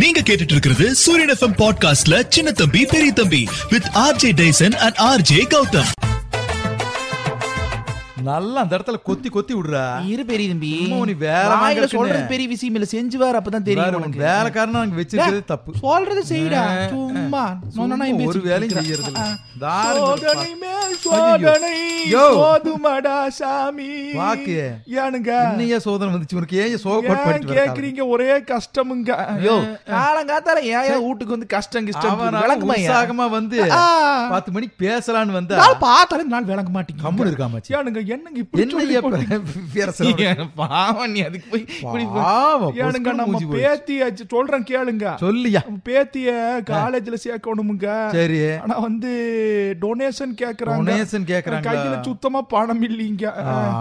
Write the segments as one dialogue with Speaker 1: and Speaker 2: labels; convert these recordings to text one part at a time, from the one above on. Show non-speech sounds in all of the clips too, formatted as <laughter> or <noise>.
Speaker 1: நீங்க கேட்டுட்டு இருக்கிறது சூரியன் எஃப்எம் பாட்காஸ்ட்ல சின்ன தம்பி பெரிய தம்பி with RJ Tyson and RJ Gautham
Speaker 2: நல்லா அந்த இடத்துல கொத்தி கொத்தி விடுறா
Speaker 3: இரு பெரிய தம்பி
Speaker 2: சும்மா நீ வேற
Speaker 3: வாயில
Speaker 2: மாதிரி இருக்குன்னு.
Speaker 3: சொல்றது பெரிய விஷயம் இல்ல செஞ்சு வேற அப்பதான் தெரியும்
Speaker 2: வேற உன்
Speaker 3: உனக்கு
Speaker 2: வேலைக்காரனா அங்க வச்சிருக்கிறது
Speaker 3: டேய்,
Speaker 2: தப்பு
Speaker 3: சொல்றது செய்டா
Speaker 2: ஆ,
Speaker 3: சும்மா
Speaker 2: சும்மா
Speaker 3: சொன்னா
Speaker 2: ஒரு வேலையும் செய்யறது இல்ல. தாராளமா
Speaker 3: சோதனை
Speaker 2: இருப்பா.
Speaker 3: மேல் சோதனை
Speaker 2: யோ.
Speaker 3: போதுமடா சாமி
Speaker 2: வாக்கு.
Speaker 3: ஏனுங்க
Speaker 2: என்னையா சோதனை வந்துச்சு உனக்கு ஏன் சோகப்பட்டு
Speaker 3: ஏன்
Speaker 2: பண்ணிட்டு
Speaker 3: கேக்குறீங்க ஒரே கஷ்டமுங்க
Speaker 2: யோ.
Speaker 3: காலங்காத்தால ஏன் ஏன் வீட்டுக்கு வந்து கஷ்டம் கிஷ்டம் விளங்குமா ஏன்?
Speaker 2: உற்சாகமா வந்து
Speaker 3: ஆ.
Speaker 2: பத்து மணிக்கு பேசலான்னு வந்தா
Speaker 3: நாள் பார்த்தாலே நாள் விளங்க மாட்டீங்க
Speaker 2: கம்முனு இருக்காமாச்சு
Speaker 3: ஏனுங்க என்னங்க இப்படி
Speaker 2: என்னையா
Speaker 3: சொல்லி போட்டு-
Speaker 2: பேசுறேன்
Speaker 3: ஏன் பாவம் நீ அதுக்கு <laughs> போய் இப்படி போ- ஏனுங்க நம்ம
Speaker 2: பாவம்
Speaker 3: பேத்தியாச்சு சொல்றேன் கேளுங்க
Speaker 2: சொல்லியா
Speaker 3: நம்ம பேத்திய காலேஜ்ல சேர்க்கணுமுங்க
Speaker 2: சரி
Speaker 3: ஆனா வந்து டொனேஷன் கேக்குறாங்க
Speaker 2: Donation கேக்குறாங்களா?
Speaker 3: கையில சுத்தமா பணம் இல்லைங்க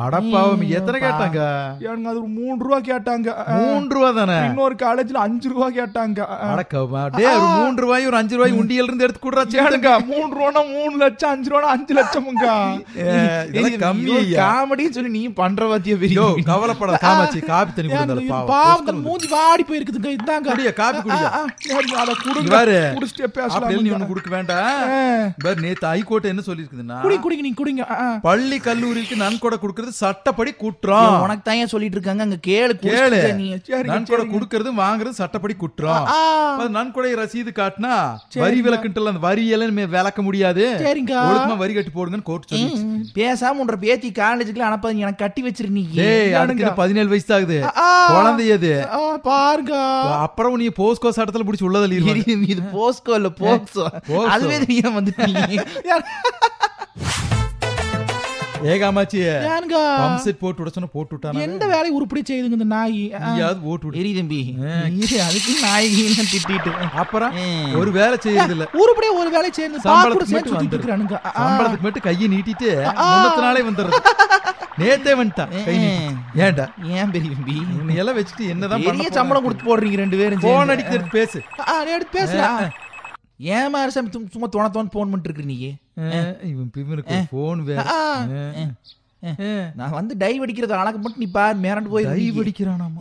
Speaker 2: அடப்பாவம் எத்தனை கேட்டாங்க
Speaker 3: ஏனுங்க அது ஒரு மூணு ரூபா கேட்டாங்க
Speaker 2: மூன்று ரூபா தானே
Speaker 3: இன்னொரு காலேஜ்ல அஞ்சு ரூபா கேட்டாங்க
Speaker 2: அடக்கமா டே ஒரு மூன்று ரூபாய் ஒரு அஞ்சு ரூபாய் உண்டியல்ல இருந்து எடுத்து கூடுறா
Speaker 3: ஏனுங்க மூணு ரூபா மூணு லட்சம் அஞ்சு ரூபா அஞ்சு லட்சமுங்க
Speaker 2: <laughs> ஏ, இதெல்லாம் கம்மி ஐயா.
Speaker 3: காமெடின்னு சொல்லி நீ பண்ற பாத்தியா
Speaker 2: யோ
Speaker 3: பெரிய
Speaker 2: கவலைப்பட காமாச்சி காபி தண்ணி
Speaker 3: ஏனுங்க,
Speaker 2: கொடுத்தாரு
Speaker 3: இது பாவம்
Speaker 2: பாவம்
Speaker 3: தன் மூஞ்சி வாடி போயிருக்குதுங்க இந்தாங்க
Speaker 2: குடியா, காபி குடியா.
Speaker 3: ஆ, ஆ, ஏனுங்க, அதை குடுங்க.
Speaker 2: இங்க பாரு.
Speaker 3: குடிச்சிட்டே
Speaker 2: அப்படி நீ ஒண்ணு
Speaker 3: பேசலாம்
Speaker 2: கொடுக்க வேண்டாம்
Speaker 3: ஆ.
Speaker 2: பாரு நேத்து ஹைகோர்ட் என்ன சொல்லிருக்குதுன்னா
Speaker 3: குடி குடிங்க நீ குடிங்க ஆ, ஆ.
Speaker 2: பள்ளி கல்லூரிக்கு நன்கொடை கொடுக்கறது சட்டப்படி குற்றம்
Speaker 3: ஏன், உனக்கு தான் ஏன் சொல்லிட்டு இருக்காங்க அங்க கேளு
Speaker 2: கேளு
Speaker 3: குடிச்சிட்டு நீ சரிங்க,
Speaker 2: நன்கொடை
Speaker 3: சரிங்க.
Speaker 2: கொடுக்கறது வாங்குறது சட்டப்படி குற்றம்
Speaker 3: ஆ, ஆ.
Speaker 2: அது நன்கொடை ரசீது காட்டினா
Speaker 3: சரிங்க.
Speaker 2: வரி விலக்குன்ட்டு அந்த வரி எல்லாம் இனிமே விலக்க முடியாது
Speaker 3: சரிங்க.
Speaker 2: ஒழுக்கமா வரி கட்டி போடுங்கன்னு கோர்ட் சொல்லி
Speaker 3: ம், பேசாம உன்ற பேத்தி காலேஜுக்குள்ள அனுப்பாதீங்க எனக்கு கட்டி வச்சிரு நீ
Speaker 2: டேய் அதுக்கு என்ன பதினேழு வயசு ஆகுது
Speaker 3: ஆ.
Speaker 2: குழந்தை அது
Speaker 3: ஆ,
Speaker 2: <laughs>
Speaker 3: பாருங்க
Speaker 2: அப்புறம் நீ போஸ்கோ சட்டத்துல புடிச்சு உள்ள தள்ளிடுவாங்க.
Speaker 3: இது- இது போஸ்கோ இல்ல போக்சோ
Speaker 2: போக்சோ.
Speaker 3: அதுவே தெரியாம
Speaker 2: <laughs>
Speaker 3: வந்துட்டீங்க
Speaker 2: ஏ காமாச்சி
Speaker 3: ஏனுங்க,
Speaker 2: பம்ப் செட் போட்டு விட சொன்னா போட்டு விட்டானா
Speaker 3: எந்த வேலையை உருப்படி செய்யுதுங்க இந்த நாய் ஆ.
Speaker 2: நீயாவது ஓட்டு விடு
Speaker 3: எரி தம்பி நீ அதுக்கு நாயகின்னு திட்டிட்டு
Speaker 2: அப்புறம்
Speaker 3: ம்.
Speaker 2: ஒரு வேலை செய்யறது இல்ல
Speaker 3: உருப்படியா ஒரு வேலை சேர்ந்து
Speaker 2: சம்பளத்துக்கு
Speaker 3: பாக்கூட சேர்ந்து
Speaker 2: மட்டும்
Speaker 3: சுத்திட்டு
Speaker 2: வந்துரு.
Speaker 3: இருக்கிறானுங்க ஆ, ஆ.
Speaker 2: சம்பளத்துக்கு மட்டும் கையை நீட்டிட்டு முன்னத்து நாளே வந்துடுறது நேத்தே வந்துட்டான் கை நீட்டிட்டு. ஏன்டா
Speaker 3: ஏன் பெரிய தம்பி
Speaker 2: நீ எல்லாம் வச்சுட்டு என்னதான்
Speaker 3: பெரிய சம்பளம் கொடுத்து போடுறீங்க ரெண்டு பேரும்
Speaker 2: போன் அடிக்கிறது பேசு
Speaker 3: ஆ நீ எடுத்து பேசுறா ஏன் மாதிரி சாமி சும்- சும்மா தோண தோண போன் பண்ணிட்டு இருக்கிற நீ
Speaker 2: அஹ், இவன் பிமனுக்கு போன் வேற
Speaker 3: ஆ. நான் வந்து டைவ் அடிக்கிறது அழகு மட்டும் நீ பாரு மிரண்டு போய்
Speaker 2: டைவ் அடிக்கிறானாமா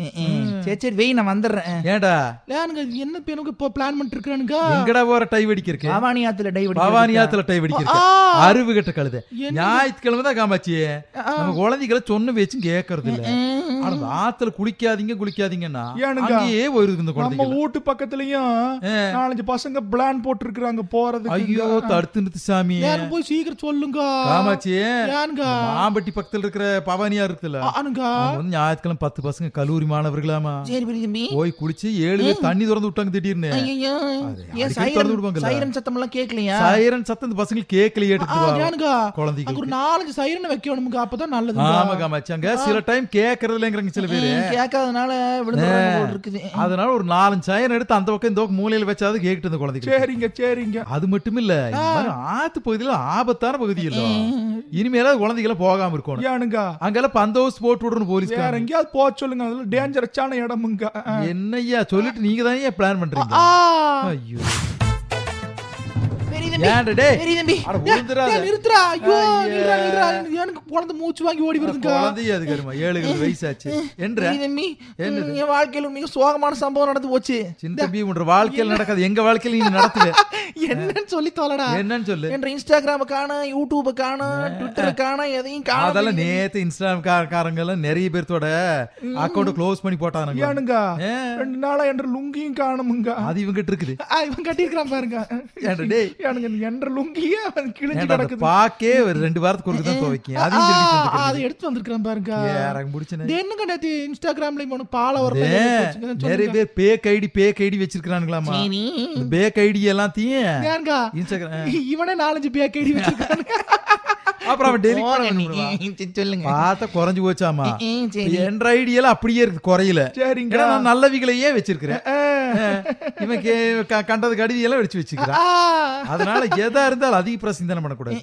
Speaker 3: சரி சரி வெய் நான் வந்துடுறேன்
Speaker 2: ஏன்டா
Speaker 3: லேனுங்க என்ன பேனுக்கு இப்போ பிளான் பண்ணிட்டு இருக்கிறானுங்க
Speaker 2: எங்கடா போற டைவ் அடிக்கிறக்கு
Speaker 3: பவானி ஆத்துல டைவ் அடிக்கிறது.
Speaker 2: பவானி ஆத்துல டைவ் அடிக்கிறக்கு
Speaker 3: ஆ.
Speaker 2: அருவு கட்ட கழுத
Speaker 3: என்ன?
Speaker 2: ஞாயிற்றுக்கிழமை தான் காமாச்சி நம்ம குழந்தைகளை சொன்ன வச்சும் கேட்கறது இல்ல
Speaker 3: ம்.
Speaker 2: ஆனா அந்த ஆத்துல குளிக்காதீங்க குளிக்காதீங்கன்னா
Speaker 4: ஏனுங்க?
Speaker 2: அங்கேயே வருது இந்த
Speaker 4: நம்ம
Speaker 2: குழந்தைங்க
Speaker 4: வீட்டு பக்கத்துலயும் நாலஞ்சு பசங்க பிளான் போட்டிருக்கிறாங்க போறதுக்கு
Speaker 2: ஐயோ தடுத்து நிறுத்து சாமி
Speaker 3: யாரும் போய் சீக்கிரம் சொல்லுங்க
Speaker 2: காமாச்சி
Speaker 3: ஏனுங்க?
Speaker 2: மாம்பட்டி பக்கத்துல இருக்கிற பவானியா இருக்குல்ல
Speaker 3: ஆனுங்க
Speaker 2: அங்க வந்து ஞாயிற்றுக்கிழமை பத்து பசங்க கல்லூரி மாணவர்களாமா
Speaker 3: சரி பெரிய தம்பி
Speaker 2: போய் குடிச்சு ஏழு பேர் தண்ணி திறந்து விட்டாங்க திடீர்னு
Speaker 3: ஐயையோ. ஏன்
Speaker 2: அடிக்கடி திறந்து
Speaker 3: சைரன்
Speaker 2: விடுவாங்கல்ல.
Speaker 3: சைரன் சத்தம் எல்லாம் கேட்கலையா
Speaker 2: சைரன் சத்தம் இந்த பசங்க கேட்கலையே
Speaker 3: ஆ,
Speaker 2: எடுத்து
Speaker 3: ஏனுங்க? அங்க ஒரு
Speaker 2: குழந்தைங்க
Speaker 3: நாலஞ்சு சைரன் வைக்கணுமுங்க அப்பதான் நல்லது
Speaker 2: ஆமா காமாச்சி அங்க சில டைம் கேட்கறது இல்லைங்கிறாங்க சில பேரு
Speaker 3: கேட்காதனால விழுந்துறாங்க போல இருக்குது
Speaker 2: அதனால ஒரு நாலஞ்சு சைரன் எடுத்து அந்த பக்கம் இந்த பக்கம் மூலையில வச்சாவது கேட்டு இந்த குழந்தைங்க
Speaker 4: சரிங்க சரிங்க
Speaker 2: அது மட்டும் இல்ல இந்த மாதிரி ஆத்து பகுதியில ஆபத்தான பகுதி இல்ல இனிமேல குழந்தைகளை போகாம இருக்கணும்
Speaker 4: ஏனுங்க
Speaker 2: அங்கெல்லாம் பந்தோஸ் போட்டு விடணும் போலீஸ்
Speaker 4: வேற எங்கேயாவது போக சொல்லுங்க அதுல டேஞ்சரஸான இடமுங்க ஆ.
Speaker 2: என்னய்யா சொல்லிட்டு நீங்க தானே பிளான் பண்றீங்க
Speaker 3: ஆ,
Speaker 2: ஐயோ
Speaker 3: பெரிய தம்பி
Speaker 2: ஏன்டா டேய்?
Speaker 3: பெரிய தம்பி
Speaker 2: அட, உழுந்துடாத.
Speaker 3: டேய், நிறுத்துடா ஐயோ
Speaker 2: ஐயே.
Speaker 3: நில்றா நில்றா எனக்கு குழந்தை மூச்சு வாங்கி ஓடி வருதுங்க
Speaker 2: குழந்தைய அது கருமா ஏழு ஏழு வயசாச்சு என்ற
Speaker 3: பெரிய தம்பி ம், என் வாழ்க்கையில மிக சோகமான சம்பவம் நடந்து போச்சு
Speaker 2: சின்ன தம்பி உன்ற வாழ்க்கையில நடக்காது எங்க வாழ்க்கையில நீ நடத்துவே
Speaker 3: என்னன்னு சொல்லி தோலடா
Speaker 2: என்னன்னு சொல்லு
Speaker 3: என்ற இன்ஸ்டாகிராம காணும் யூடியூப காணும் ட்விட்டர் காணும் எதையும் காணும்
Speaker 2: அதெல்லாம் நேத்து இன்ஸ்டாகிராம் காரங்க எல்லாம் நிறைய பேர்த்தோட அக்கௌண்ட் க்ளோஸ் பண்ணி போட்டானுங்க
Speaker 4: ஏனுங்க
Speaker 2: ஏ.
Speaker 4: ரெண்டு நாளா என்ற லுங்கியும் காணுமுங்க
Speaker 2: அது இவங்கிட்ட இருக்குது
Speaker 3: ஆ, இவன் கட்டியிருக்கிறான் பாருங்க
Speaker 2: ஏன்டா டேய்
Speaker 4: ஏனுங்க என்ற லுங்கியே அவன் கிழிஞ்சு
Speaker 2: ஏன்டா அந்த
Speaker 4: கிடக்குது
Speaker 2: பாக்கே ஒரு ரெண்டு வாரத்துக்கு ஒருக்க தான் துவைக்கும்
Speaker 3: ஆ,
Speaker 2: அதையும் திருப்பி
Speaker 3: ஆ, அதை
Speaker 2: தந்துக்கிறது.
Speaker 3: எடுத்து வந்திருக்கிறான் பாருங்க
Speaker 2: ஏறங்க முடிச்சுனே
Speaker 3: இது என்னங்க நேத்து இன்ஸ்டாகிராம்ல இவனுக்கு பால வர
Speaker 2: ஏ, நிறைய பேர் பேக் ஐடி பேக் ஐடி வச்சிருக்கானுங்களாமா இந்த பேக் ஐடி எல்லாத்தையும்
Speaker 3: ஏங்க
Speaker 2: இன்ஸ்டாகிராம்
Speaker 3: இவனே நாலஞ்சு பேக் அடி வச்சிருக்கானுங்க
Speaker 2: அப்புறம் அவன் டெலிட்
Speaker 3: போறேன் நீ.
Speaker 2: பண்ணி
Speaker 3: சரி, சொல்லுங்க
Speaker 2: பார்த்தா குறைஞ்சு போச்சாமா
Speaker 3: ஏ, சரி.
Speaker 2: என்ற ஐடியெல்லாம் அப்படியே இருக்கு குறையில
Speaker 4: சரிங்க.
Speaker 2: ஏன்னா நான் நல்லவிகளையே வச்சிருக்கிறேன் இவன் கே- க- கண்டது கடிதி எல்லாம் வெடிச்சு வச்சுக்கிறான்
Speaker 3: ஆ,
Speaker 2: அதனால எதா இருந்தாலும் அதிக பிரசிந்தனம் பண்ணக்கூடாது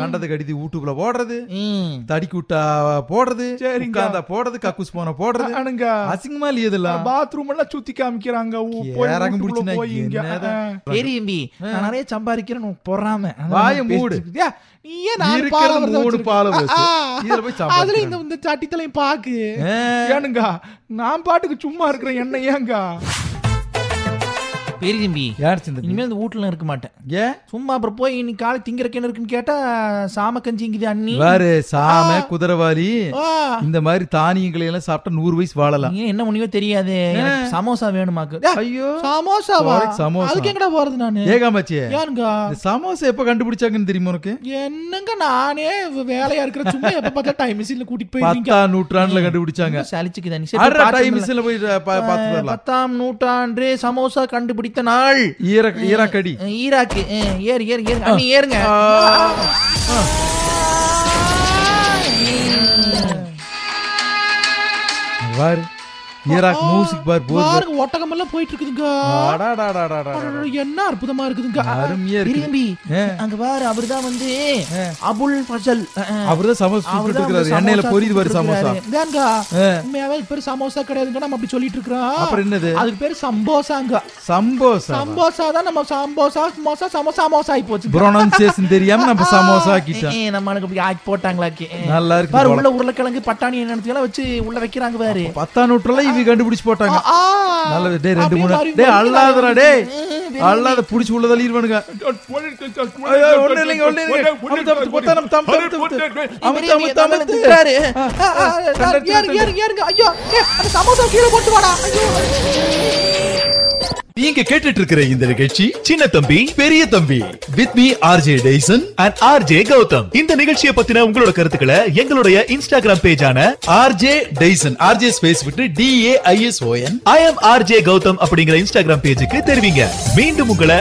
Speaker 2: கண்டது கடிதி யூடியூப்ல போடுறது
Speaker 3: ம்.
Speaker 2: தடி கூட்டா போடுறது
Speaker 4: சரிங்க.
Speaker 2: உட்கார்ந்தா போடுறது கக்கூஸ் போன போடுறது
Speaker 4: ஆனுங்க
Speaker 2: அசிங்கமா இல்லையதெல்லாம்
Speaker 4: பாத்ரூம் எல்லாம் சுத்தி காமிக்கிறாங்க ஊ, போய்
Speaker 2: ஏறங்க
Speaker 4: வீட்டுக்குள்ள
Speaker 2: முடிச்சுனா
Speaker 4: போயிங்க
Speaker 2: என்னதான்?
Speaker 4: ஆ.
Speaker 3: சரி, தம்பி. நான் நிறைய சம்பாதிக்கிறேன், உனக்கு பொறாமை. அதனால
Speaker 2: வாயை
Speaker 3: நான் பேசிட்டு
Speaker 2: மூடு.
Speaker 3: இருக்கியா? நீ ஏன் நாலு
Speaker 2: இருக்கிறது
Speaker 3: பாலை வருதா
Speaker 2: மூணு பாலை
Speaker 3: வச்சிருக்க?
Speaker 2: வருது.
Speaker 3: ஆ,
Speaker 2: இதுல போய்
Speaker 3: ஆ. அதுல இந்த
Speaker 2: சாப்பாடு
Speaker 3: இந்த சட்டித்தலையும் பாக்கு
Speaker 2: ஆ.
Speaker 4: ஏனுங்க நான் பாட்டுக்கு சும்மா இருக்கிறேன் என்ன ஏங்க
Speaker 3: பெரிய தம்பி
Speaker 2: யார் சிந்ததி
Speaker 3: இனிமேல் இந்த வீட்டுல இருக்க மாட்டேன்
Speaker 2: ஏன்
Speaker 3: சும்மா அப்புறம் போய் இன்னைக்கு காலை திங்கிறக்கேன்னு இருக்குன்னு கேட்டா சாம கஞ்சிங்குது அண்ணி
Speaker 2: வேறு சாம குதிரவாளி
Speaker 3: ஆ,
Speaker 2: இந்த மாதிரி தானியங்களை எல்லாம் சாப்பிட்டா நூறு வயசு வாழலாம்
Speaker 3: நீ என்ன முடிவோ தெரியாது எனக்கு சமோசா வேணுமாக்கு டேய்,
Speaker 2: ஐயோ
Speaker 3: சமோசாவா
Speaker 2: நாளைக்கு சமோசா.
Speaker 3: அதுக்கு எங்கடா போறது நானு
Speaker 2: ஏகாமாச்சி
Speaker 3: ஏனுங்க
Speaker 2: இந்த சமோசா எப்ப கண்டுபிடிச்சாங்கன்னு தெரியுமா உனக்கு
Speaker 3: என்னங்க நானே வேலையா இருக்கிற சும்மா எப்ப பார்த்தா டைம்
Speaker 2: <laughs>
Speaker 3: மிஷின்ல கூட்டிட்டு போயிருக்கீங்க
Speaker 2: பத்தாம் நூற்றாண்டுல கண்டுபிடிச்சாங்க
Speaker 3: சலிச்சுக்கு தனி
Speaker 2: அடுற டைம் மிஷின்ல போய் பா- பார்த்துட்டு வரலாம்
Speaker 3: பத்தாம் நூற்றாண்டு சமோசா கண்டுபிடித்த நாள்
Speaker 2: ஈரக் ஈராக்கடி
Speaker 3: அஹ், ஈராக்கு அஹ், ஏறு ஏறு ஏறு அண்ணி ஏறுங்க
Speaker 2: பாரு ஈராக் மியூசிக் பார் போது
Speaker 3: பாருங்க ஒட்டகம் எல்லாம் போயிட்டு இருக்குதுங்க அடடடடடடடட, என்ன அற்புதமா இருக்குதுங்க
Speaker 2: அருமையா இருக்கு.
Speaker 3: இரும்பி
Speaker 2: ஆ.
Speaker 3: அங்க பாரு அவர்தான் வந்து அபுல் ஃபசல்
Speaker 2: அவர்தான் சமோசா சுட்டு இருக்கிறாரு எண்ணெயில பொரியுது பாரு சமோசா
Speaker 3: தாங்க
Speaker 2: ஆ.
Speaker 3: உண்மையாவே இது பேர் சமோசா கிடையாதுங்க நம்ம அப்படி சொல்லிட்டு இருக்கிறோம்
Speaker 2: அப்புறம் என்னது?
Speaker 3: அதுக்கு பேர் சம்போசாங்க
Speaker 2: சம்போசா
Speaker 3: சம்போசா தான் நம்ம சம்போசா மோசா சமோசா மோசா ஆகி போச்சு
Speaker 2: ப்ரொனன்சியேஷன் தெரியாம நம்ம சமோசா
Speaker 3: ஏ,
Speaker 2: ஆக்கிட்டோம்
Speaker 3: ஏ, நம்ம எனக்கு அப்படி ஆக்கி போட்டாங்களாக்கி ஏ.
Speaker 2: நல்லா இருக்கு
Speaker 3: பாரு
Speaker 2: போல.
Speaker 3: உள்ள உருளைக்கிழங்கு பட்டாணி என்னென்னலாம் வச்சு உள்ள வைக்கிறாங்க பாரு
Speaker 2: பத்தாம் நூற்றுல இவங்க கண்டுபிடிச்சு போட்டாங்க
Speaker 3: ஆ,
Speaker 2: நல்லது டேய் ரெண்டு
Speaker 3: அப்படியே
Speaker 2: மூணு
Speaker 3: மாறி
Speaker 2: டேய்
Speaker 3: மாறி
Speaker 2: அல்லாதடா
Speaker 3: மாறி
Speaker 2: டேய்
Speaker 3: மாறி.
Speaker 2: அல்லாத புடிச்சு உள்ள தள்ளிடுவானுங்க ஐயோ, ஒண்ணும் இல்லைங்க, ஒண்ணும் இல்லைங்க. அமுத்து, அமுத்து, கொத்தா, அமுத்து, அமுத்து, அமுத்து, அமுத்து. அமுத்து,
Speaker 3: பெரிய
Speaker 2: அமுத்து,
Speaker 3: நல்ல
Speaker 2: அமுத்து.
Speaker 3: திட்டுறாரு.
Speaker 2: ஆ,
Speaker 3: ஆ, ஆ,
Speaker 2: தண்டை,
Speaker 3: ஏறு, ஏறு,
Speaker 2: தண்டை.
Speaker 3: ஏறு, ஏறுங்க. ஐயோ, ஏ, அந்த சமோசாவை கீழே போட்டு வாடா. ஐயோ.
Speaker 1: நீங்க கேட்டுட்டு இருக்கிற இந்த நிகழ்ச்சி சின்ன தம்பி பெரிய தம்பி with me RJ Daison and RJ Gautham இந்த நிகழ்ச்சியை பத்தின உங்களோட கருத்துக்களை எங்களுடைய இன்ஸ்டாகிராம் பேஜான ஆர்ஜே டெய்சன் ஆர்ஜே ஸ்பேஸ் விட்டு D A I S O N I M RJ Gautham அப்படிங்கிற இன்ஸ்டாகிராம் பேஜுக்கு தெரிவிங்க மீண்டும் உங்களை